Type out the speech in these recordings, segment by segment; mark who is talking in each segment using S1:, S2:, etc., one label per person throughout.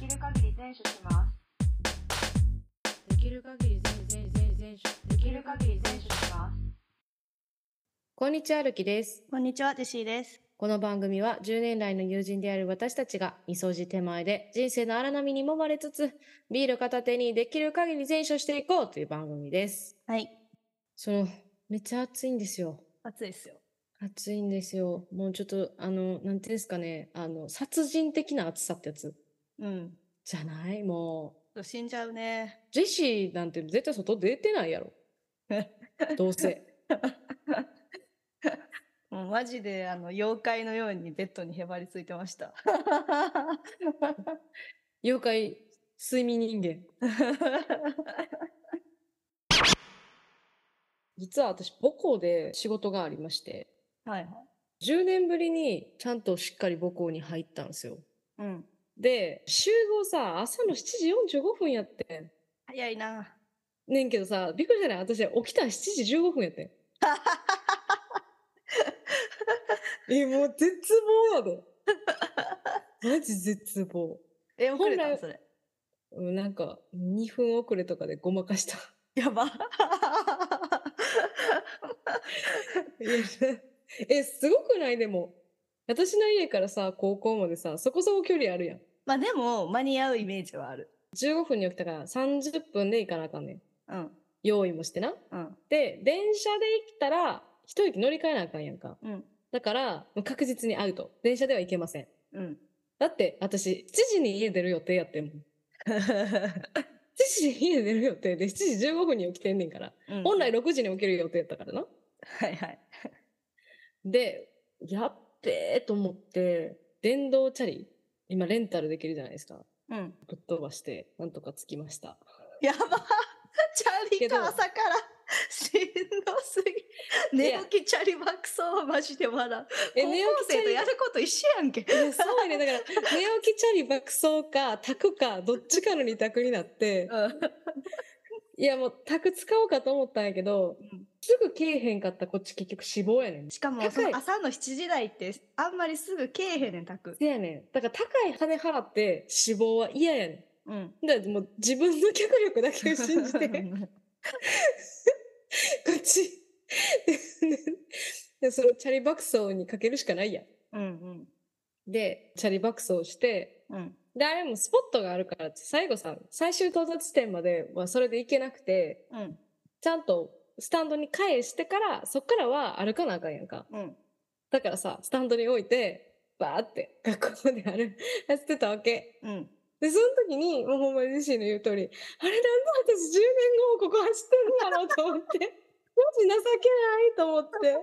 S1: 全種します
S2: できる限り全全全全
S1: できる限り全種します
S2: こんにちは、るきです。
S3: こんにちは、ジェシーです。
S2: この番組は10年来の友人である私たちが、みそじ手前で人生の荒波に揉まれつつ、ビール片手にできる限り全処していこうという番組です。
S3: はい。
S2: その、めっちゃ暑いんですよ。
S3: 暑いですよ。
S2: 暑いんですよ。もうちょっと、あの、なんていうんですかね、あの、殺人的な暑さってやつ
S3: うん。
S2: じゃないも
S3: 死んじゃうね
S2: う。。ジェシーなんて絶対外出てないやろ。どうせ。
S3: もうマジで、あの、妖怪のようにベッドにへばりついてま した。
S2: 妖怪、睡眠人間。実は私、母校で仕事がありまして、
S3: はいはい。
S2: 10年ぶりにちゃんとしっかり母校に入ったんですよ。
S3: うん。
S2: で、集合さ、朝の7時45分やってん。
S3: 早いな。
S2: ねんけどさ、びっくりしたね。私、起きたら7時15分やってん。え、もう絶望やで。マジ絶望。
S3: え、遅れた
S2: 本
S3: の
S2: 来
S3: それ。
S2: うんなんか、2分遅れとかでごまかした。
S3: やば。
S2: いやえ、すごくないでも。私の家からさ、高校までさ、そこそこ距離あるやん。
S3: まあでも、間に合うイメージはある。
S2: 15分に起きたから30分で行かなあかんねん。
S3: うん。
S2: 用意もしてな。
S3: うん。
S2: で、電車で行ったら、一駅乗り換えなあかんやんか。
S3: うん。
S2: だから、もう確実にアウト。電車では行けません。
S3: うん。
S2: だって、私、7時に家出る予定やってんもん。7時に家出る予定で、7時15分に起きてんねんから。
S3: うん
S2: 本来6時に起きる予定やったからな。
S3: はいはい。
S2: で、やっべーと思って、電動チャリ、今レンタルできるじゃないですか。
S3: うん。
S2: ぶっ飛ばして、なんとか着きました。
S3: やば。チャリ
S2: けど
S3: か朝からしんどすぎ。
S2: い
S3: 寝
S2: や
S3: 起きチャリ爆走マジで笑う。
S2: え、
S3: 高校
S2: 寝起きチ
S3: 生
S2: ャ
S3: と
S2: リ
S3: やること一緒やんけ。
S2: いやそうやね。だから、寝起きチャリ爆走か、宅か、どっちかの二択になって、
S3: うん。
S2: いやもう宅使おうかと思ったんやけど
S3: うん、
S2: すぐけえへんかったこっち結局死亡やねん。
S3: しかも
S2: 高い
S3: その朝の7時台ってあんまりすぐけえへんねんたく
S2: せやねん。だから高い金払って死亡は嫌やね
S3: うん
S2: ん。だからもう自分の脚力だけを信じて、 こっち。でで、そのチャリ爆走にかけるしかないやん。
S3: うんうん
S2: で、チャリ爆走して、
S3: うん
S2: で、あれもスポットがあるからって、最後さ、最終到達地点まではそれで行けなくて、
S3: うん
S2: ちゃんとスタンドに返してから、そっからは歩かなあかんやんか。
S3: うん
S2: だからさ、スタンドに置いて、バーって学校まで歩 やってたわけ。
S3: うん
S2: で、その時に、もうほんまに自身の言う通り、あれなんで私10年後もここ走ってんだろうと思って、マジ情けないと思 って。ほん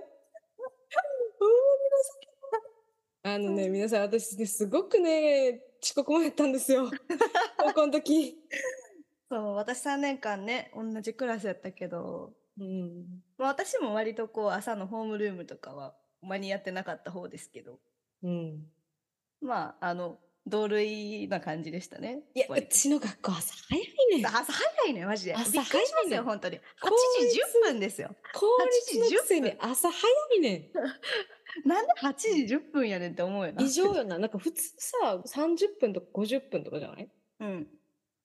S2: まに情けない。あのね、皆さん私ね、すごくね、遅刻もやったんです よ。高校の時。
S3: そう私3年間ね同じクラスやったけど、
S2: うん。
S3: まあ、私も割とこう朝のホームルームとかは間に合ってなかった方ですけど
S2: うん。
S3: まああの同類な感じでしたね
S2: いや、う
S3: 割と
S2: ちの学校朝早いねん。
S3: 朝早いねマジでびっく
S2: 朝
S3: り
S2: 早いね
S3: しますよ本当に8時10分ですよ
S2: 公立のくせに朝早いね
S3: なんで8時10分やねんって思うよ
S2: ん。
S3: な
S2: 異常よな。なんか普通さ、30分とか50分とかじゃない
S3: うん、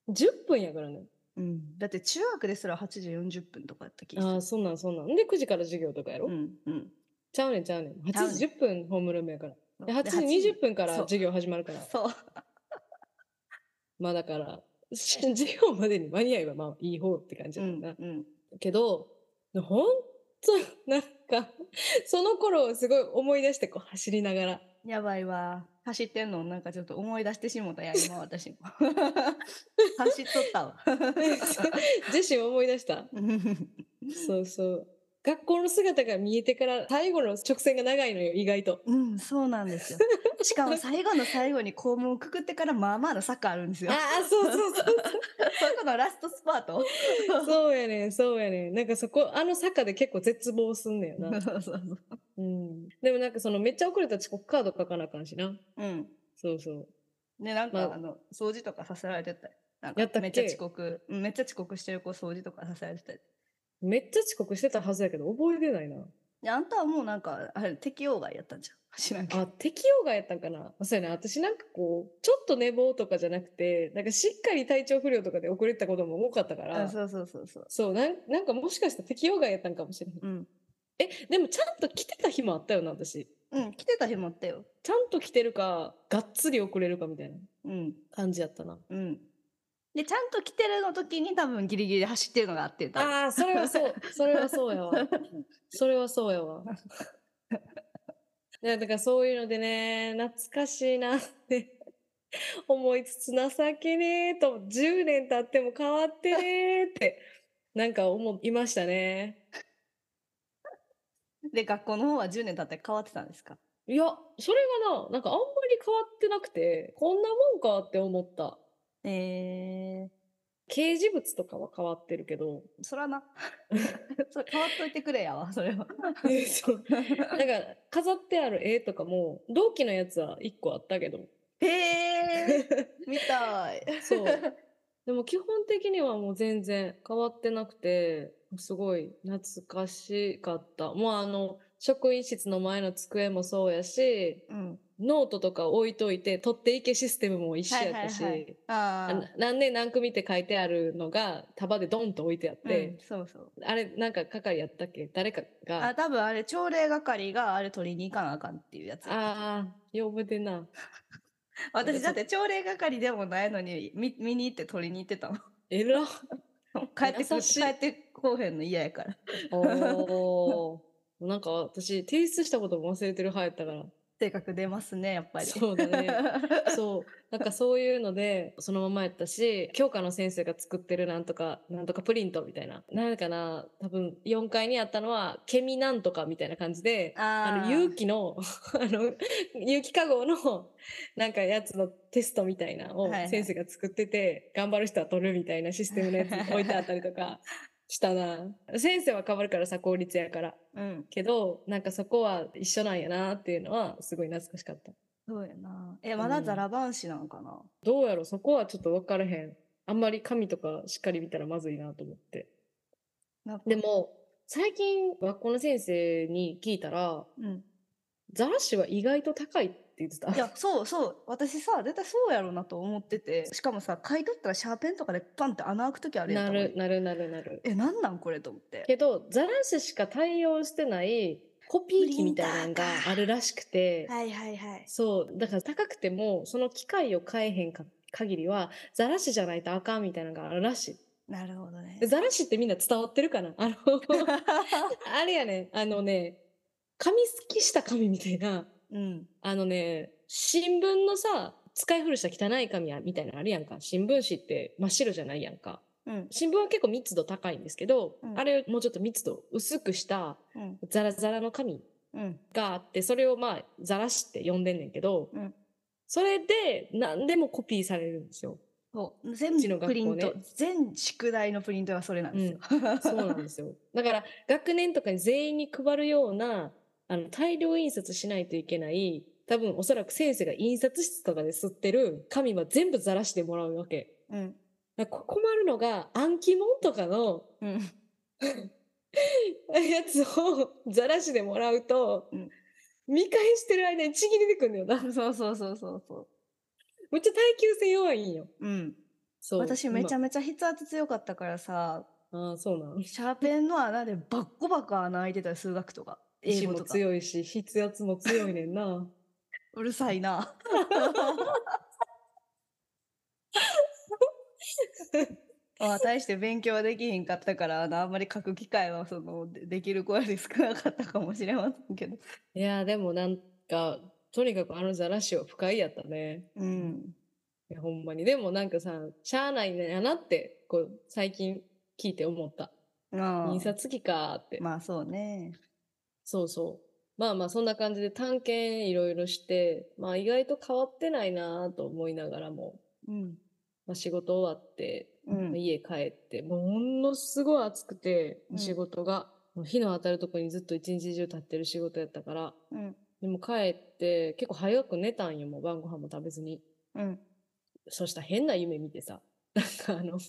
S2: ?10 分やからね。
S3: うん、だって中学ですら8時40分とかやった気がする
S2: ああ、そんなんそんなん。で、9時から授業とかやろ、
S3: うんうん
S2: ちゃうねんちゃうねん。
S3: ちゃう
S2: 8
S3: ねん
S2: 時10分ホームルームやから。で8時
S3: で
S2: 20分から
S3: そう
S2: 授業始まるから。
S3: そう
S2: まあだから、 し授業までに間に合えばまあいい方って感じ
S3: う
S2: だ
S3: ん
S2: な、
S3: うん
S2: けど、ほんと、なんか、その頃をすごい思い出してこう走りながら。
S3: やばいわ走ってんのなんかちょっと思い出してしもたやん 今私も走っとったわ
S2: ジェシーも思い出したそうそう。学校の姿が見えてから最後の直線が長いのよ、意外と。
S3: うんそうなんですよしかも最後の最後に肛門をくくってからまあまあのサッカーあるんですよ
S2: ああ、そうそう そう。
S3: そこのラストスパート
S2: そうやねん、そうやねん。なんかそこ、あの坂で結構絶望すんね んな。
S3: そうそうそう
S2: うん。でもなんかそのめっちゃ遅れた遅刻カード書かなあかんしな。
S3: うん
S2: そうそう。
S3: でなんか、
S2: まあ
S3: あ、の掃除とかさせられてたよなんか
S2: やったっけ
S3: めっちゃ遅刻うんめっちゃ遅刻してる子掃除とかさせられてたよ
S2: めっちゃ遅刻してたはずやけど、覚えてないな。
S3: であんたはもうなんか、あれ、適用外やったん じゃん。走らんけど
S2: あ、適用外やったんかなそうやな。私なんかこう、ちょっと寝坊とかじゃなくて、なんかしっかり体調不良とかで遅れてたことも多かったか
S3: あ
S2: ら、
S3: そうそうそうそう。
S2: そうなん、なんかもしかしたら適用外やったんかもしれない。
S3: うん。
S2: え、でもちゃんと来てた日もあったよな、私。
S3: うん、来てた日もあったよ。
S2: ちゃんと来てるか、がっつり遅れるかみたいな
S3: うん。
S2: 感じやったな。
S3: うん。で、ちゃんと来てるの時に多分ギリギリで走ってるのがあってた。
S2: ああ、それはそう。 それはそうやわ。それはそうやわ。 いやだからそういうのでね、懐かしいなって 思いつつ、情けねえと、10年経っても変わってねえって、なんか思いましたね。
S3: で、学校の方は10年経って変わってたんですか
S2: いや、それがな、なんかあんまり変わってなくて、こんなもんかって思った。
S3: えー、
S2: 掲示物とかは変わってる けど、
S3: そら な。それ変わっといてくれやわ、それは。
S2: えそうなんか飾ってある絵とかも、同期のやつは1個あったけど、
S3: へー、 見たい。
S2: そう。でも基本的にはもう全然変わってなくて、すごい懐かしかった。もうあの、職員室の前の机もそうやし、
S3: うん。
S2: ノートとか置いといて、取っていけシステムも一緒やったし、
S3: はいはいはあ
S2: あの
S3: あ。
S2: 何年何組って書いてあるのが束でドンと置いてあっ
S3: う
S2: て
S3: ん、、そうそう。
S2: あれなんか係やったっけ誰かが、
S3: あ、
S2: あ
S3: 多分あれ、朝礼係があれ取りに行かなあかんっていうやつ。
S2: あー、呼ぶでな。
S3: 私だって朝礼係でもないのに、見見に行って取りに行って たもん。
S2: えら。
S3: 帰ってく
S2: 優
S3: る、
S2: しい
S3: 帰ってこうへんの嫌やから。
S2: おー。 なんか私提出したことも忘れてる派やったから。
S3: 性格出ますね、やっぱり。
S2: そうだね。そう。なんかそういうので、そのままやったし、教科の先生が作ってるなんとか、なんとかプリントみたいな。なんかな、多分4階にあったのは、ケミなんとかみたいな感じで、あ
S3: あ
S2: の、
S3: ー
S2: 勇気の、あの、勇気かごの、なんかやつのテストみたいなのを
S3: はいはい
S2: 先生が作ってて、頑張る人は取るみたいなシステムのやつに置いてあったり とかしたな。先生は変わるからさ、公立やから。
S3: うん。
S2: けど、なんかそこは一緒なんやなっていうのは、すごい懐かしかった。
S3: そうやな。え、まだザラバンシなんかな。
S2: どうやろそこはちょっと分からへん。あんまり紙とかしっかり見たらまずいなと思って。
S3: なんか
S2: で、も、最近学校の先生に聞いたら、
S3: う ん。
S2: ザラシは意外と高いって言ってた。
S3: いや、そうそう。私さ、絶対そうやろうなと思ってて。しかもさ、書いとったらシャーペンとかでパンって穴開くときあるやん。
S2: な
S3: たまに
S2: る、なるなるなる。
S3: え、なんなんこれと思って。
S2: けど、ザラシしか対応してないコピー機みたいなのがあるらしくて、
S3: はいはいはい。
S2: そう、だから高くても、その機械を変えへんか限りは、ザラシじゃないとあかんみたいなのがあるらし
S3: なるほどね
S2: い。。ザラシってみんな伝わってるかな あの、あれやね、あのね、紙すきした紙みたいな、
S3: うん。
S2: あのね、新聞のさ、使い古した汚い紙やみたいなのあるやんか。新聞紙って真っ白じゃないやんか。
S3: うん。
S2: 新聞は結構密度高いんですけど、
S3: うん
S2: あれをもうちょっと密度薄くした
S3: うん。
S2: ザラザラの紙
S3: うん。
S2: があって、それをまあ、ザラしって呼んでんねんけど、
S3: うん
S2: それで何でもコピーされるんで すよ。
S3: そう。全
S2: うちの
S3: 部
S2: 学校
S3: プリン
S2: ね
S3: ト。全宿題のプリントがそれなんですよ。
S2: そうなんですよ。だから、学年とかに全員に配るような、あの、大量印刷しないといけない、多分おそらく先生が印刷室とかで吸ってる紙は全部ざらしてもらうわけ。
S3: うん。
S2: だからこ困るのが、暗記本とかの
S3: うん。
S2: やつをざらしでもらうと、
S3: うん
S2: 見返してる間にちぎれてくんだよな。
S3: そうそうそうそうそ
S2: めっちゃ耐久性弱いんよ。
S3: う。うん。
S2: そう。
S3: 私めちゃ
S2: ま
S3: めちゃ筆圧強かったからさ、
S2: ああー、そうなん。
S3: シャーペンの穴でバッコバコ穴開いてたよ数学とか。
S2: 英
S3: 英語
S2: 語も
S3: とか。
S2: 強いし、筆圧も強いねん な。
S3: うるさいな。まあ、大して勉強はできへんかったから、あのあんまり書く機会は、その、でできる子より少なかったかもしれませんけど。
S2: いやーでもなんかとにかくあのザラシは不快やったね。
S3: うん。
S2: いやほんまにでもなんかさしゃあないねやなってこう最近聞いて思った
S3: まあ
S2: 印刷機かーって、
S3: まあ、そうね。
S2: そうそうまあまあそんな感じで探検いろいろしてまあ意外と変わってないなーと思いながらも、
S3: うん。
S2: まあ、仕事終わって、
S3: うん。
S2: 家帰ってもうほんのすごい暑くて
S3: うん
S2: 仕事が、もう火の当たるとこにずっと一日中立ってる仕事やったから
S3: うん。
S2: でも帰って結構早く寝たんよもう晩ご飯も食べずに。
S3: うん。
S2: そしたら変な夢見てさ、なんかあの、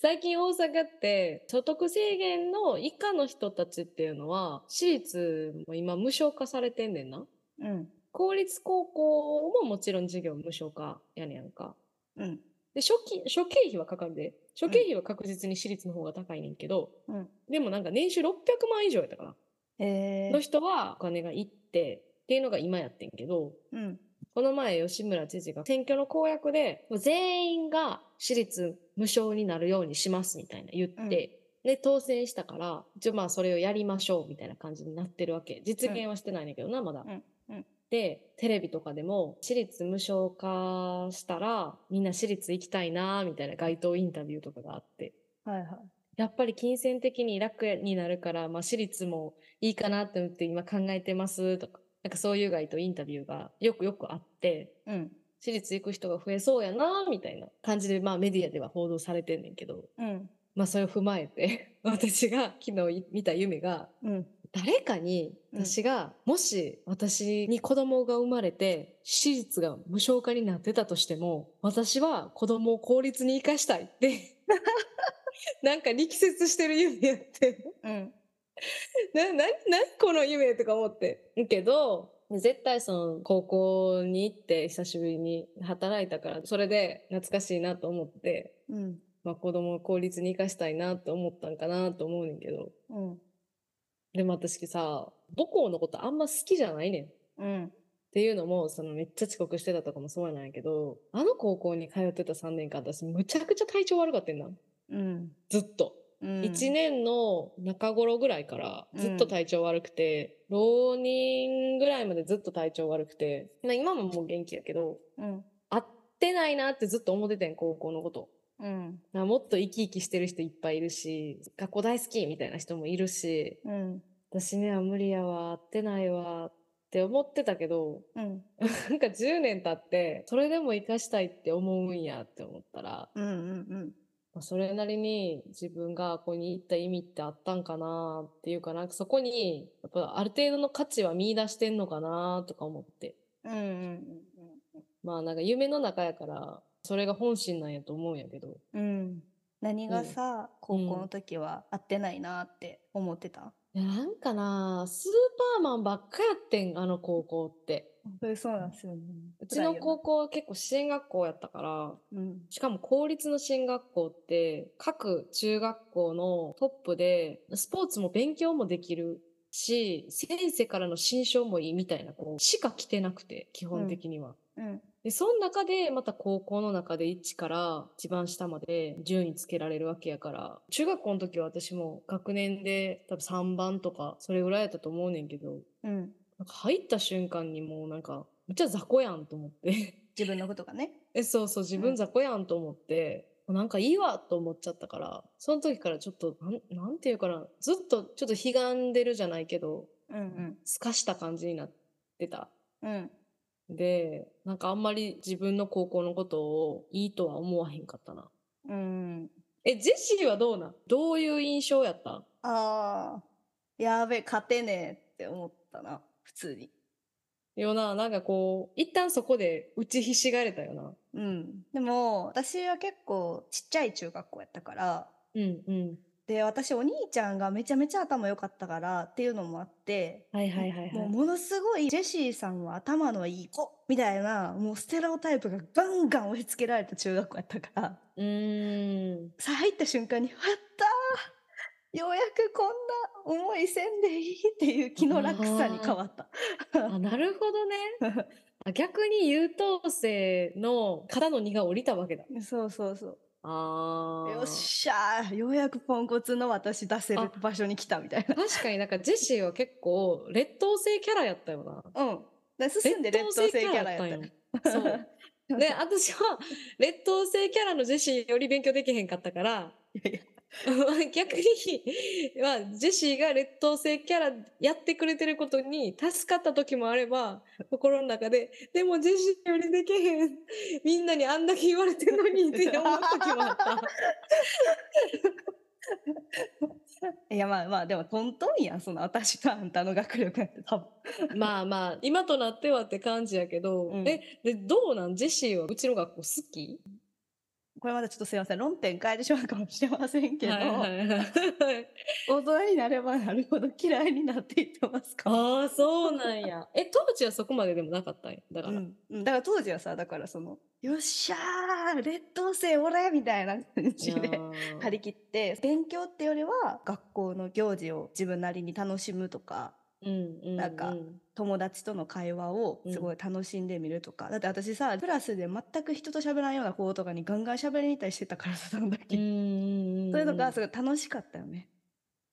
S2: 最近大阪って所得制限の以下の人たちっていうのは私立も今無償化されてんねんな
S3: うん。
S2: 公立高校ももちろん授業無償化やねやんか
S3: うん。
S2: で初期諸経費はかかるで諸経費は確実に私立の方が高いねんけど、
S3: うん
S2: でもなんか年収600万以上やったか
S3: え
S2: なの人はお金がいってっていうのが今やってんけど
S3: うん。
S2: この前吉村知事が選挙の公約でもう全員が私立無償になるようにしますみたいな言って、で当選したから一応まあそれをやりましょうみたいな感じになってるわけ実現はしてないんだけどなまだ。
S3: うんうん
S2: でテレビとかでも私立無償化したらみんな私立行きたいなみたいな街頭インタビューとかがあって。
S3: はいはい。
S2: やっぱり金銭的に楽になるから、まあ、私立もいいかなって思って今考えてますとか、なんかそういう街とインタビューがよくよくあって、
S3: うん。
S2: 私立行く人が増えそうやなみたいな感じで、まあ、メディアでは報道されてんねんけど、
S3: うん。
S2: まあ、それを踏まえて 私が昨日見た夢が
S3: うん。
S2: 誰かに
S3: うん
S2: 私が、もし私に子供が生まれて私立が無償化になってたとしても私は子供を公立に生かしたいって なんか力説してる夢やって
S3: うん。
S2: な、な、な、この夢とか思って。けど、絶対その高校に行って久しぶりに働いたから、それで懐かしいなと思って、
S3: うん。
S2: まあ子供を公立に生かしたいなと思ったんかなと思うねんけど。
S3: うん。
S2: でも私さ、母校のことあんま好きじゃないねん。っ
S3: うん。
S2: ていうのも、そのめっちゃ遅刻してたとかもそうなんやけど、あの高校に通ってた3年間、私むちゃくちゃ体調悪かったんだ。
S3: うん。
S2: ずっと。
S3: うん。
S2: 1年の中頃ぐらいからずっと体調悪くて、浪人ぐらいまでずっと体調悪くて、まあ今ももう元気やけど、
S3: うん。
S2: 合ってないなってずっと思っててん、高校のこと。
S3: うん。
S2: なもっと生き生きしてる人いっぱいいるし、学校大好きみたいな人もいるし、
S3: うん。
S2: 私には無理やわ、合ってないわって思ってたけど、
S3: うん。
S2: なんか10年経って、それでも活かしたいって思うんやって思ったら、
S3: うん。うん。
S2: まあそれなりに自分がここに行った意味ってあったんかなっていうかなんかそこにやっぱある程度の価値は見出してんのかなとか思って
S3: うん。うん。
S2: まあなんか夢の中やからそれが本心なんやと思うんやけど
S3: うん。何がさ、高校の時は合ってないなって思ってた。
S2: いやなんかなスーパーマンばっかやってんあの高校って
S3: それそうなんですよね。
S2: うちの
S3: 校。
S2: 高校は結構支援学校やったから
S3: うん。
S2: しかも公立の進学校って各中学校のトップでスポーツも勉強もできるし先生からの心象もいいみたいな子しか来てなくて基本的には。
S3: うん。
S2: でその中でまた高校の中で1から一番下まで順位つけられるわけやから中学校の時は私も学年で多分3番とかそれぐらいやったと思うねんけど
S3: うん。
S2: なんか入った瞬間にもうなんかめっちゃ雑魚やんと思って。
S3: 自分のことがね。
S2: えそうそう自分雑魚やんと思って、なんかいいわと思っちゃったからその時からちょっとなんなんていうかなずっとちょっとひがんでるじゃないけど
S3: うん。
S2: すかした感じになってた。
S3: うん。うん。
S2: でなんかあんまり自分の高校のことをいいとは思わへんかったな。
S3: うん。
S2: えジェシーはどうなんどういう印象やった
S3: ああ。やべ、勝てねえって思ったな。普通に。
S2: よななんかこう一旦そこで打ちひしがれたよな。
S3: うん。でも、私は結構ちっちゃい中学校やったから、
S2: うんうん。
S3: で、私お兄ちゃんがめちゃめちゃ頭良かったからっていうのもあって、
S2: はいはいはいは
S3: もう
S2: い。
S3: ものすごいジェシーさんは頭のいい子みたいなもうステレオタイプがガンガン押し付けられた中学校やったから
S2: うーん。
S3: さ入った瞬間に「やったーようやくこんな思いせんでいい」っていう気の楽さに変わった。
S2: あなるほどね。あ逆に優等生の肩の荷が下りたわけだ。
S3: そうそうそう
S2: あー
S3: よっしゃーようやくポンコツの私出せる場所に来たみたいな。
S2: 確かになんかジェシーは結構劣等生キャラやったよな。
S3: うん、で進んで劣等生キャラやったよ。
S2: たんよ。そうで私は劣等生キャラのジェシーより勉強できへんかったから
S3: いやいや
S2: 逆に、まあ、ジェシーが劣等生キャラやってくれてることに助かった時もあれば心の中で「でもジェシーよりできへんみんなにあんだけ言われてるのに」って 思う時もあった。
S3: いやまあまあでもトントンやんその私とあんたの学力なんて多分。
S2: まあまあ今となってはって感じやけど、
S3: うん
S2: えでどうなんジェシーはうちの学校好き
S3: これまたちょっとすいません論点変えてしまうかもしれませんけど、
S2: はいはいはい、
S3: 大人になればなるほど嫌いになっていってますか
S2: ああそうなんやえ当時はそこまででもなかったんやだか
S3: う
S2: ら、
S3: んうん、だから当時はさだからその「よっしゃー劣等生俺!」みたいな感
S2: い
S3: じ
S2: やー
S3: で張り切って勉強ってよりは学校の行事を自分なりに楽しむとか
S2: うんうん
S3: なんか友達との会話をすごい楽しんでみるとか、だって私さクラスで全く人と喋らんような子とかにガンガン喋りに行ったりしてたからさその
S2: うんう
S3: 時、
S2: んうん
S3: そういうのがすごい楽しかったよね。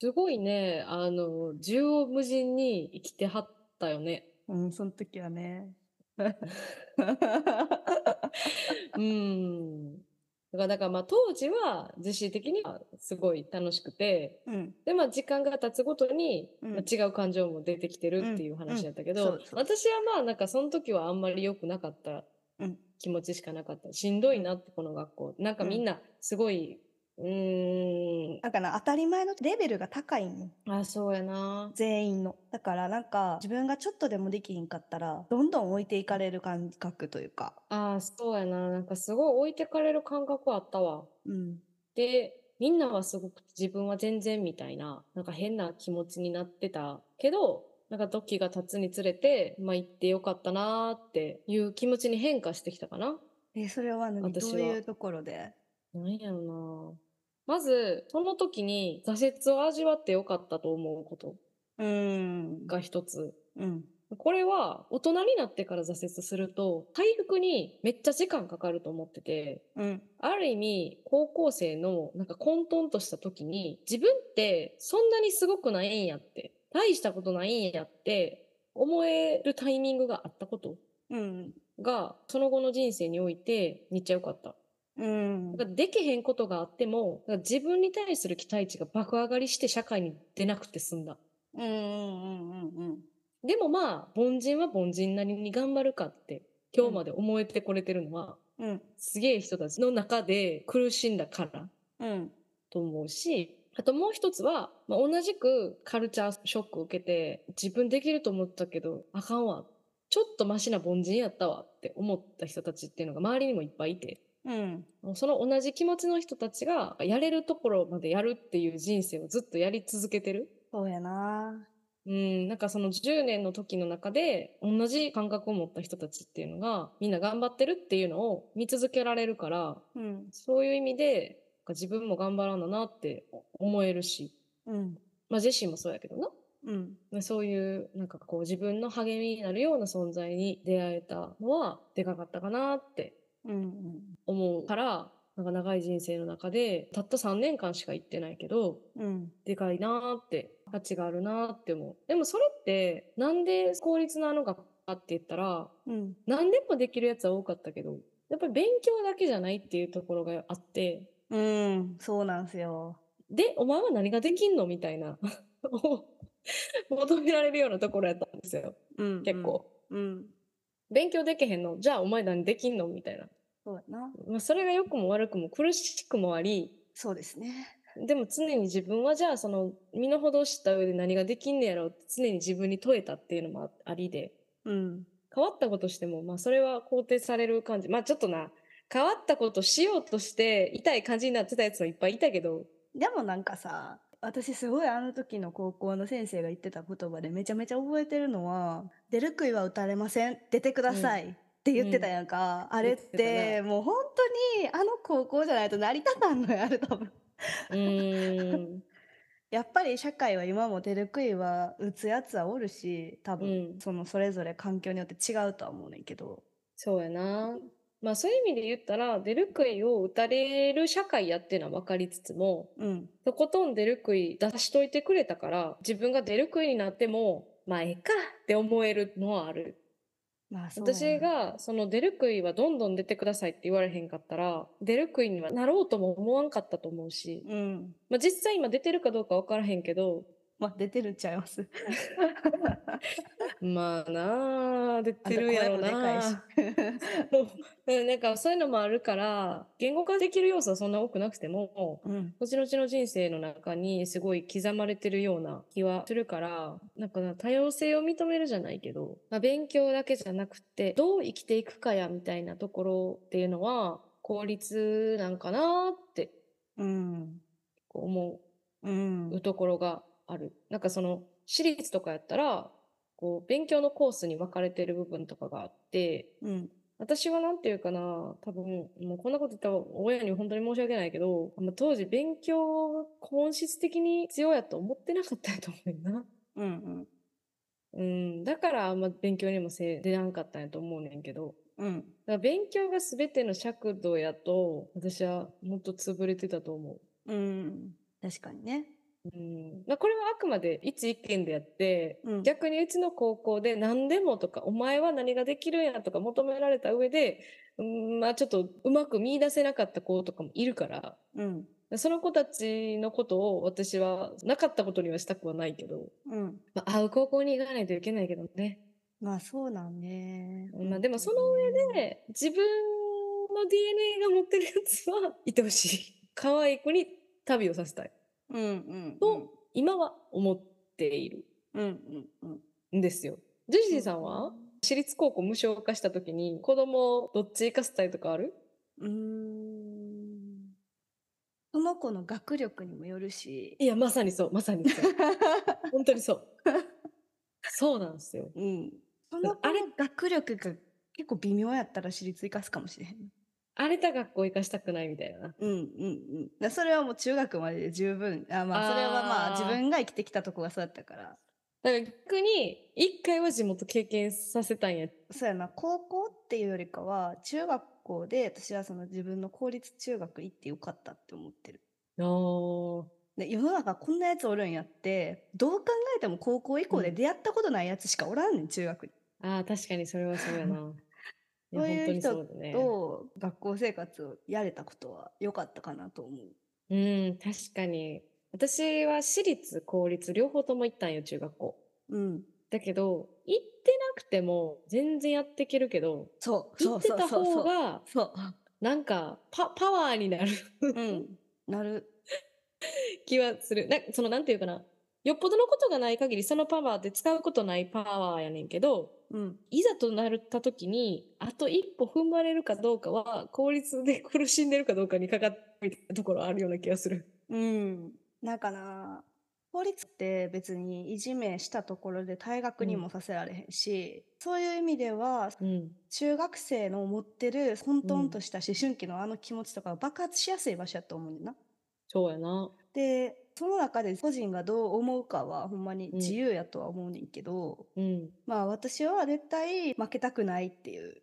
S2: すごいねあの縦横無尽に生きてはったよね
S3: うん、その時は ね。
S2: うんだからだからまあ当時は実施的にはすごい楽しくて
S3: うん、
S2: でまあ時間が経つごとに、
S3: うん
S2: まあ違う感情も出てきてるっていう話だったけど、
S3: うんうんそうそう
S2: 私はまあなんかその時はあんまり良くなかった
S3: うん
S2: 気持ちしかなかったしんどいなってこの学校なんかみんなすごいうーん
S3: だから当たり前のレベルが高いんよ
S2: あそうやな
S3: 全員のだからなんか自分がちょっとでもできひんかったらどんどん置いていかれる感覚というか、
S2: あそうやななんかすごい置いてかれる感覚あったわ
S3: うん、
S2: でみんなはすごく自分は全然みたいななんか変な気持ちになってたけどなんか時が経つにつれてまあ行ってよかったなーっていう気持ちに変化してきたかな
S3: えそれは何
S2: 私
S3: ど
S2: は
S3: ういうところで
S2: なんやろなまずその時に挫折を味わってよかったと思うこと
S3: うん
S2: が一つ
S3: うん
S2: これは大人になってから挫折すると回復にめっちゃ時間かかると思ってて
S3: うん
S2: ある意味、高校生のなんか混沌とした時に、自分ってそんなにすごくないんやって、大したことないんやって思えるタイミングがあったこと
S3: うん
S2: が、その後の人生においてめっちゃ良かった。
S3: うん
S2: だからできへんことがあっても、だから自分に対する期待値が爆上がりして社会に出なくて済んだ。
S3: うんうんうん
S2: でもまあ、凡人は凡人なりに頑張るかって、今日まで思えてこれてるのは、
S3: うん
S2: すげえ人たちの中で苦しんだから。
S3: うん
S2: と思うし、あともう一つは、まあ、同じくカルチャーショックを受けて、自分できると思ったけど、あかんわ。ちょっとマシな凡人やったわって思った人たちっていうのが周りにもいっぱいいて、
S3: うん
S2: もうその同じ気持ちの人たちがやれるところまでやるっていう人生をずっとやり続けてる。
S3: そうやな
S2: うん、なんかその10年の時の中で同じ感覚を持った人たちっていうのがみんな頑張ってるっていうのを見続けられるから、
S3: うん
S2: そういう意味でなんか自分も頑張らんだなって思えるし、
S3: うん
S2: まあ、ジェシーもそうやけどな。
S3: うん
S2: まあそういう、なんかこう自分の励みになるような存在に出会えたのは、でかかったかなって
S3: うん
S2: 思うから、なんか長い人生の中で、たった3年間しか行ってないけど、
S3: うん
S2: でかいなーって、価値があるなーって思う。でもそれって、なんで公立のあの学科かって言ったら、
S3: うん
S2: 何でもできるやつは多かったけど、やっぱり勉強だけじゃないっていうところがあって、
S3: うんそうなんすよ
S2: で、お前は何ができんのみたいな、 を求められるようなところやったんですよ。
S3: うん
S2: 結構。
S3: うん
S2: 勉強できへんのじゃあお前何できんのみたいな。
S3: そうやな
S2: まあ、それが良くも悪くも苦しくもあり、
S3: そうですね
S2: でも常に自分はじゃあその身の程を知った上で何ができんねやろうって常に自分に問えたっていうのもあありで、
S3: うん
S2: 変わったことしても、まあそれは肯定される感じ。まあちょっとな、変わったことしようとして痛い感じになってたやつもいっぱいいた けど、
S3: でもなんかさ私すごいあの時の高校の先生が言ってた言葉でめちゃめちゃ覚えてるのは「出る杭は打たれません出てください」って言ってたやんか、あれっ
S2: 言って
S3: てもう本当にあの高校じゃないと成り立たんのやあれ多分。
S2: うーん。
S3: やっぱり社会は今も出る杭は打つやつはおるし多
S2: う
S3: 分
S2: ん
S3: そのそれぞれ環境によって違うとは思うねんけど。
S2: そうやな。まあそういう意味で言ったら、出る杭を打たれる社会やっていうのは分かりつつも、
S3: うん、
S2: とことん出る杭出しといてくれたから、自分が出る杭になっても、まあええかって思えるのはある。
S3: まあそうやな
S2: 私が、その出る杭はどんどん出てくださいって言われへんかったら、出る杭にはなろうとも思わんかったと思うし、
S3: うん
S2: まあ実際今出てるかどうかわからへんけど、
S3: まあ出てるんちゃいます。
S2: まあなあ、出てるやろ
S3: あと声
S2: な
S3: も
S2: あ。
S3: でかいし。
S2: うんなんかそういうのもあるから、言語化できる要素はそんな多くなくても、
S3: うん
S2: 後々の人生の中にすごい刻まれてるような気はするから、なんかな多様性を認めるじゃないけど、まあ、勉強だけじゃなくて、どう生きていくかやみたいなところっていうのは、効率なんかなって
S3: うん。
S2: こう思
S3: うん。
S2: うところがある。なんかその私立とかやったらこう勉強のコースに分かれてる部分とかがあって
S3: うん。
S2: 私はなんていうかな多分もうこんなこと言ったら親に本当に申し訳ないけどまあ当時勉強が本質的に必要やと思ってなかったやと思うよな。
S3: うん。
S2: うん、だからあんま勉強にもせ出なかったんやと思うねんけど。
S3: うん。
S2: だから勉強が全ての尺度やと、私はもっと潰れてたと思
S3: うん。確かにね。
S2: う。うん。まあ、これはあくまで一意見でやって、
S3: うん
S2: 逆にうちの高校で何でもとか、お前は何ができるんやとか求められた上で、うん、まあちょっとうまく見出せなかった子とかもいるから、
S3: うん。
S2: その子たちのことを私はなかったことにはしたくはないけど、
S3: うん。
S2: まあ、合う高校に行かないといけないけどね。
S3: まあそうなんね。
S2: まあでもその
S3: 上で、
S2: で自分の DNA が持ってるやつはいてほしい可愛い子に旅をさせたい
S3: うんうん。
S2: と今は思っている
S3: うんうんうん。
S2: んですよジェシーさんは私立高校無償化した時に子供をどっち行かせたいとかある
S3: うーん。その子の学力にもよるし。
S2: いやまさにそうまさにそう 本当にそう そうなんですよ
S3: うん。 その子
S2: あ
S3: の
S2: れ
S3: 学力が結構微妙やったら私立生かすかもしれへん。
S2: 荒れた学校行かしたくないみたいな
S3: うんうんうん。だそれはもう中学までで十分。あまあ、それはまあ
S2: あー
S3: 自分が生きてきたとこがそうやったから。
S2: だから逆に一回は地元経験させたんや
S3: そうやな、高校っていうよりかは、中学校で私はその自分の公立中学行ってよかったって思ってる。
S2: お
S3: で世の中こんなやつおるんやって、どう考えても高校以降で
S2: うん
S3: 出会ったことないやつしかおらんねん、中学に。
S2: ああ確かにそれは そうやないや
S3: そういう
S2: 本当に
S3: 人
S2: そうだね
S3: と、学校生活をやれたことは良かったかなと思う。
S2: うん、確かに。私は私立、公立、両方とも行ったんよ、中学校。
S3: うん。
S2: だけど、行ってなくても全然やっていけるけど、
S3: そう、
S2: 行
S3: そ
S2: っ
S3: う
S2: て
S3: そう
S2: た
S3: そう
S2: 方
S3: そう。
S2: が、
S3: そう。
S2: なんかパ、パワーになる
S3: うん。なる。
S2: 気はする。な、その、なんていうかな。よっぽどのことがない限り、そのパワーって使うことないパワーやねんけど、
S3: うん。
S2: いざとなった時に、あと一歩踏ん張れるかどうかは、公立で苦しんでるかどうかにかかってるところあるような気がする。
S3: うん。なんかな、法律って別にいじめしたところで退学にもさせられへんし、そういう意味では、
S2: うん。
S3: 中学生の持ってる混
S2: うん
S3: 沌とした思春期のあの気持ちとかが爆発しやすい場所やと思うねんな。
S2: そうやな。
S3: で、その中で個人がどう思うかはほんまに
S2: うん
S3: 自由やとは思うねんけど、
S2: うん。
S3: まあ私は絶対負けたくないっていう。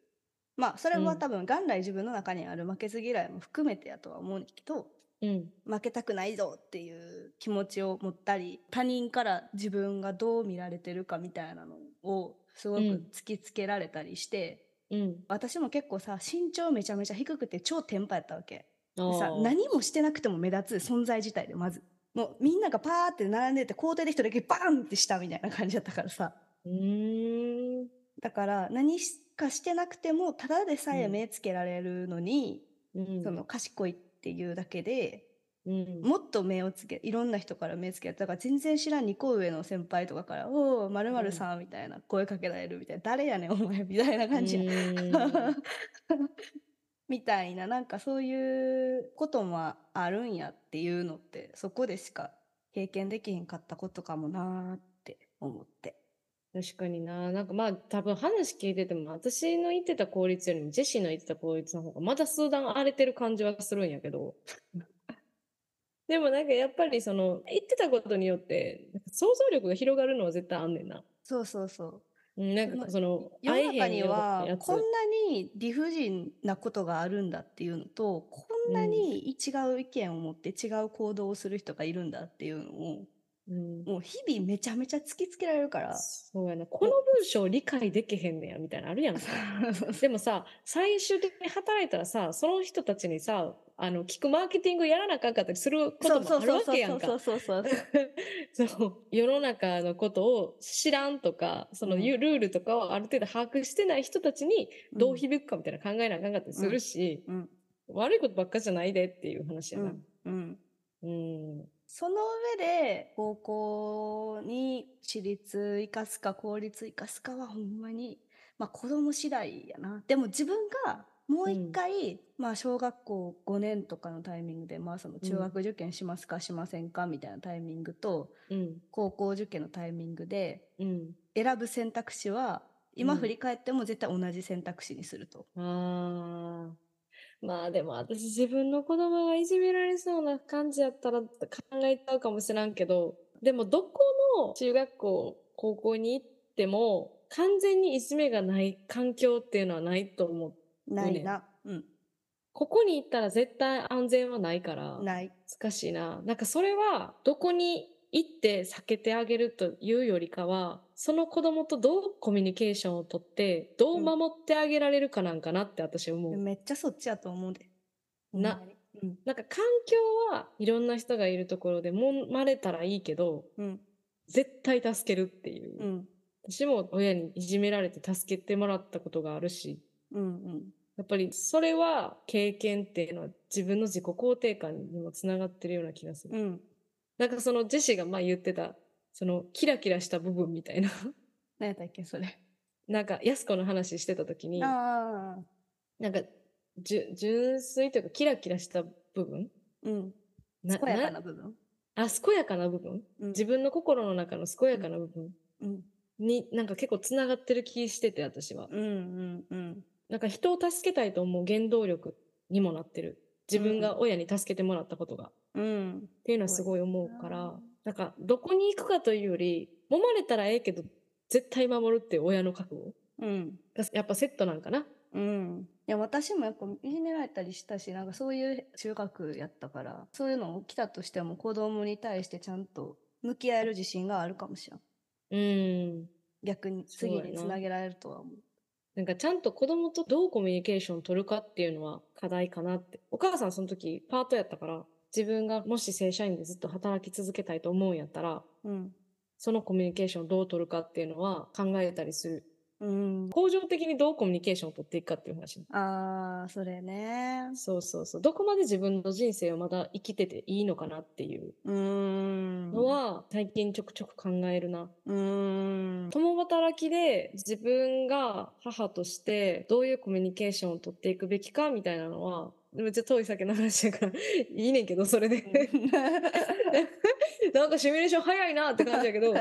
S3: まあそれ
S2: う
S3: は
S2: ん
S3: 多分元来自分の中にある負けず嫌いも含めてやとは思うねんけど、
S2: うん。
S3: 負けたくないぞっていう気持ちを持ったり他人から自分がどう見られてるかみたいなのをすごく
S2: うん
S3: 突きつけられたりして、
S2: うん。
S3: 私も結構さ身長めちゃめちゃ低くて超テンパやったわけ
S2: あ
S3: でさ
S2: ー
S3: 何もしてなくても目立つ存在自体でまずもうみんながパーって並んでて校庭で一人だけバーンってしたみたいな感じだったからさ
S2: うーん。
S3: だから何しかしてなくてもただでさえ
S2: うん
S3: 目つけられるのに、
S2: うん
S3: その賢いっていうだけで
S2: うん
S3: もっと目をつけいろんな人から目つけられただから全然知らん2個上の先輩とかから「おおま
S2: うん
S3: るさん」みたいな声かけられるみたいな「誰やねんお前」みたいな感じ
S2: う
S3: や、
S2: ーん
S3: みたいななんかそういうこともあるんやっていうのってそこでしか経験できへんかったことかもなーって思って。
S2: 確かにな。なんかまあ多分話聞いてても私の言ってた効率よりもジェシーの言ってた効率の方がまだ数段荒れてる感じはするんやけ ど。でもなんかやっぱりその言ってたことによってなんか想像力が広がるのは絶対あんねんな。
S3: そうそうそう
S2: うんなん
S3: ま
S2: か
S3: あ
S2: その
S3: 世の中には
S2: 会えへんよってやつ
S3: こんなに理不尽なことがあるんだっていうのとこんなに違う意見を持って違う行動をする人がいるんだっていうのを
S2: うん
S3: もう日々めちゃめちゃ突きつけられるから
S2: そうやな。この文章理解できへんねやみたいなのある やんか。でもさ、最終的に働いたらさ、その人たちにさ、あの、聞くマーケティングやらなあかんかったりすることもあるわけやん
S3: そ
S2: か
S3: う。そうそうそう
S2: そう。世の中のことを知らんとか、その
S3: うん
S2: ゆルールとかをある程度把握してない人たちにどう
S3: 日
S2: 響くかみたいな考えなあかんかったりするし、
S3: うん
S2: 悪いことばっかじゃないでっていう話や
S3: う
S2: な。
S3: んうん
S2: うん。
S3: その上で高校に私立生かすか公立生かすかはほんまにまあ子供次第やなでも自分がもう
S2: う
S3: 一
S2: ん
S3: 回、まあ小学校5年とかのタイミングで、まあその中学受験しますかしませんかみたいなタイミングと、
S2: うん
S3: 高校受験のタイミングで、
S2: うん
S3: 選ぶ選択肢は、今
S2: うん
S3: 振り返っても絶対同じ選択肢にすると。
S2: ああ、まあでも私自分の子供がいじめられそうな感じやったら考えちゃうかもしらんけど、でもどこの中学校、高校に行っても完全にいじめがない環境っていうのはないと思う。
S3: ないな。うん。
S2: ここに行ったら絶対安全はないから
S3: ない。
S2: 難しいな。なんかそれはどこに行って避けてあげるというよりかは、その子供とどうコミュニケーションをとって、どう
S3: うん
S2: 守ってあげられるかなんかなって私思う。
S3: めっちゃそっちやと思うで。
S2: な
S3: ほんまに。うん。
S2: なんか環境はいろんな人がいるところでもまれたらいいけど、
S3: うん。
S2: 絶対助けるっていう。
S3: うん。
S2: 私も親にいじめられて助けてもらったことがあるし、
S3: うん。うん。
S2: やっぱりそれは経験っていうのは自分の自己肯定感にもつながってるような気がする。
S3: うん。
S2: なんかそのジェシーが前言ってた、そのキラキラした部分みたいな、
S3: 何やったっけ、それ。
S2: なんか安子の話してた時に、
S3: あ
S2: な
S3: あ。
S2: んかじゅ純粋というかキラキラした部分
S3: うん。
S2: な
S3: 健やか
S2: な
S3: な部分。
S2: あ、健やかな部分
S3: うん
S2: 自分の心の中の健やかな部分
S3: うん。
S2: になんか結構つながってる気してて私は
S3: うん。うん。うん。
S2: なんか人を助けたいと思う原動力にもなってる自分が親に助けてもらったことが、っ
S3: うん。
S2: ていうのはすごい思うから、
S3: うん
S2: なんかどこに行くかというより揉まれたらええけど絶対守るっていう親の覚悟
S3: うん。
S2: がやっぱセットなんかな
S3: うん、いや私もやっぱいじめられたりしたしなんかそういう中学やったからそういうの起きたとしても子供に対してちゃんと向き合える自信があるかもしれん
S2: うん
S3: 逆に
S2: そう
S3: 次
S2: やな
S3: につなげられるとは思う
S2: なんかちゃんと子供とどうコミュニケーション取るかっていうのは課題かなって。お母さんその時パートやったから、自分がもし正社員でずっと働き続けたいと思うんやったら、
S3: うん
S2: そのコミュニケーションをどう取るかっていうのは考えたりする。
S3: うん
S2: 恒常的にどうコミュニケーションを取っていくかっていう話。
S3: あーそれね
S2: そうそうそう。どこまで自分の人生をまだ生きてていいのかなっていう
S3: うーん
S2: のは最近ちょくちょく考えるな。
S3: う ーん
S2: 共働きで自分が母としてどういうコミュニケーションを取っていくべきかみたいなのはめっちゃ遠い先の話だからいいねんけどそれで なんかシミュレーション早いなって感じやけど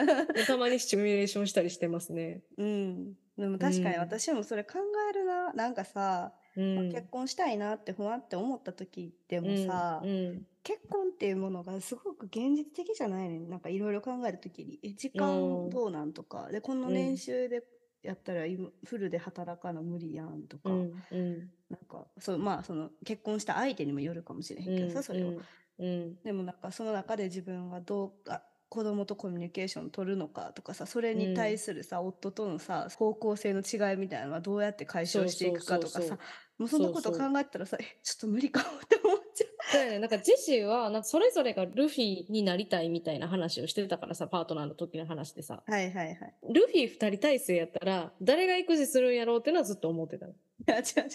S2: たまにシミュレーションしたりしてますね。
S3: うんでも確かに
S2: うん
S3: 私もそれ考えるななんかさ、
S2: うん、
S3: 結婚したいなって不安って思った時でもさ、
S2: うんうん
S3: 結婚っていうものがすごく現実的じゃないねんなんかいろいろ考えるときにえ時
S2: う
S3: 間
S2: ん
S3: どうなんとかでこの
S2: うん
S3: 年収でやったら今フルで働かな無理やんとか、
S2: うんうん
S3: なんかそうまあその結婚した相手にもよるかもしれへんけどさ、それは、
S2: うんうん
S3: でもなんかその中で自分はどうか子供とコミュニケーション取るのかとかさそれに対するさ、夫とのさ方向性の違いみたいなのはどうやって解消していくかとか
S2: そうそうそう
S3: さもうそんなこと
S2: そ
S3: 考
S2: うそう
S3: えたらさえちょっと無理かもって思っちゃう。
S2: そうやねなんかジェシーはなんかそれぞれがルフィになりたいみたいな話をしてたからさパートナーの時の話でさ
S3: はい はいはい。
S2: ルフィ二人体制やったら誰が育児するんやろうっていうのはずっと思ってたの
S3: いや違う違う。い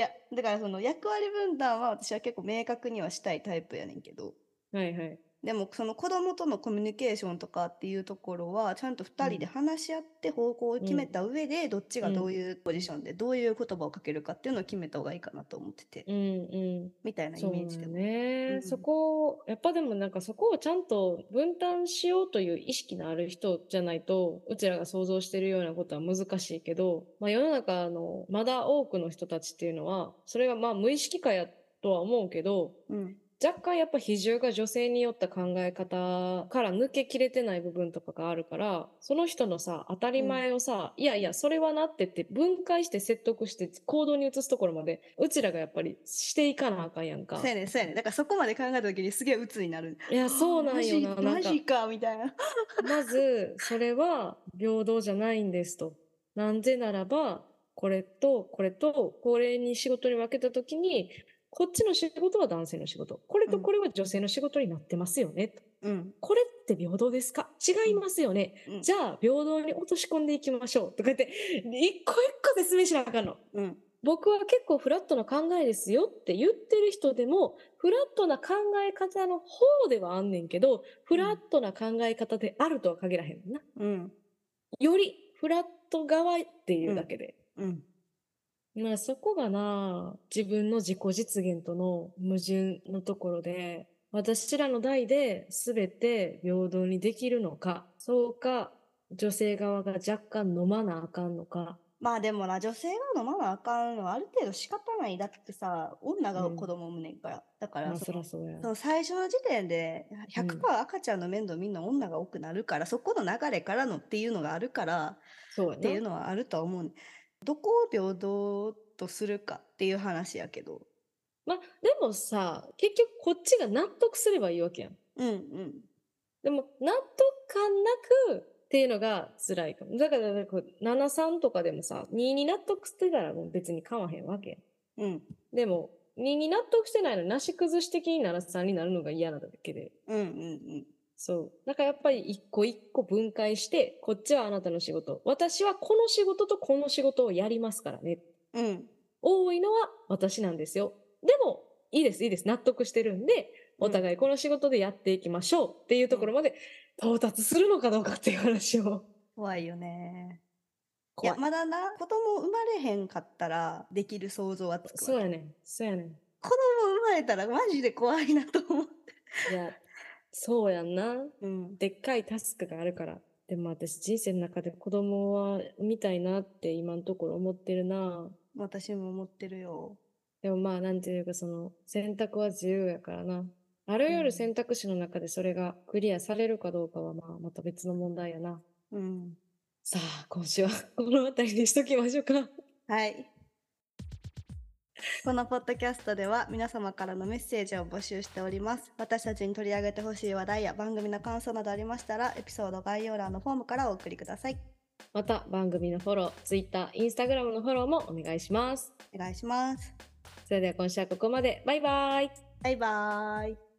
S3: やだからその役割分担は私は結構明確にはしたいタイプやねんけど
S2: はいはい。
S3: でもその子供とのコミュニケーションとかっていうところはちゃんと2人で話し合って方向を決めた上でどっちがどういうポジションでどういう言葉をかけるかっていうのを決めた方がいいかなと思ってて
S2: うんう。
S3: みたいなんイ
S2: そう
S3: メージで
S2: だ
S3: も。
S2: ね、
S3: うん
S2: そこを、やっぱでもなんかそこをちゃんと分担しようという意識のある人じゃないと、うちらが想像してるようなことは難しいけど、まあ世の中のまだ多くの人たちっていうのは、それがまあ無意識化やとは思うけど、
S3: うん
S2: 若干やっぱ比重が女性によった考え方から抜けきれてない部分とかがあるから、その人のさ、当たり前をさ、いやいや、それはなってって分解して説得して行動に移すところまで、うちらがやっぱりしていかなあかんやんか
S3: そう。やねんそうやねんだからそこまで考えた時にすげえ鬱になる。
S2: いや、そうなんよな。な
S3: マジ
S2: んか
S3: マ、ジかみたいな。
S2: まず、それは平等じゃないんですと。なんでならば、これと、これと、これに仕事に分けたときに、こっちの仕事は男性の仕事、これとこれは女性の仕事になってますよね、と。
S3: うん
S2: これって平等ですか違いますよね、
S3: うん
S2: じゃあ平等に落とし込んでいきましょうとか言って一個一個説明しなあかんの。
S3: うん
S2: 僕は結構フラットな考えですよって言ってる人でもフラットな考え方の方ではあんねんけどフラットな考え方であるとは限らへんな。
S3: うん
S2: よりフラット側っていうだけで。
S3: うん
S2: まあそこがな、自分の自己実現との矛盾のところで、私らの代で全て平等にできるのか、そうか、女性側が若干飲まなあかんのか、
S3: まあでもな、女性が飲まなあかんのはある程度仕方ない。だってさ、女が
S2: うん
S3: 子供産むねんから。だか
S2: ま
S3: ら
S2: あ
S3: そ
S2: そ
S3: の、
S2: らそうや。
S3: その最初の時点で100%
S2: う
S3: 赤ちゃんの面倒みんな女が多くなるから、そこの流れからのっていうのがあるから、
S2: そうや
S3: っていう
S2: な。
S3: のはあるとは思うねん。どこを平等とするかっていう話やけど。
S2: まあでもさ、結局こっちが納得すればいいわけやん。
S3: うんうん。
S2: でも、納得感なくっていうのが辛いかも。だから、なんか73とかでもさ、2に納得してたらもう別にかまへんわけ。
S3: うん。
S2: でも、2に納得してないのになし崩し的に73になるのが嫌なだけで。
S3: うんうんうん。
S2: そう。だからやっぱり一個一個分解して、こっちはあなたの仕事。私はこの仕事とこの仕事をやりますからね。
S3: うん。
S2: 多いのは私なんですよ。でも、いいです、いいです。納得してるんで、お互いこの仕事でやっていきましょうっていうところまで到達するのかどうかっていう話を。
S3: 怖いよね。い
S2: 怖
S3: や、
S2: い。
S3: まだな、子供生まれへんかったらできる想像はつく
S2: そう
S3: わけ。
S2: やねん。そうやねん。
S3: 子供生まれたらマジで怖いなと思って。
S2: いや、そうやんな。
S3: うん。
S2: でっかいタスクがあるから。でも私人生の中で子供は見たいなって今のところ思ってるな。
S3: 私も思ってるよ。
S2: でもまあなんていうかその選択は自由やからな。あらゆ
S3: うん
S2: る選択肢の中でそれがクリアされるかどうかはまあまた別の問題やな。
S3: うん。
S2: さあ、今週は この辺りにしときましょうか。
S3: はい。このポッドキャストでは皆様からのメッセージを募集しております。私たちに取り上げてほしい話題や番組の感想などありましたら、エピソード概要欄のフォームからお送りください。
S2: また番組のフォロー、Twitter、Instagram のフォローもお願いします。
S3: お願いします。
S2: それでは今週はここまで。バイバイ。
S3: バイバーイ。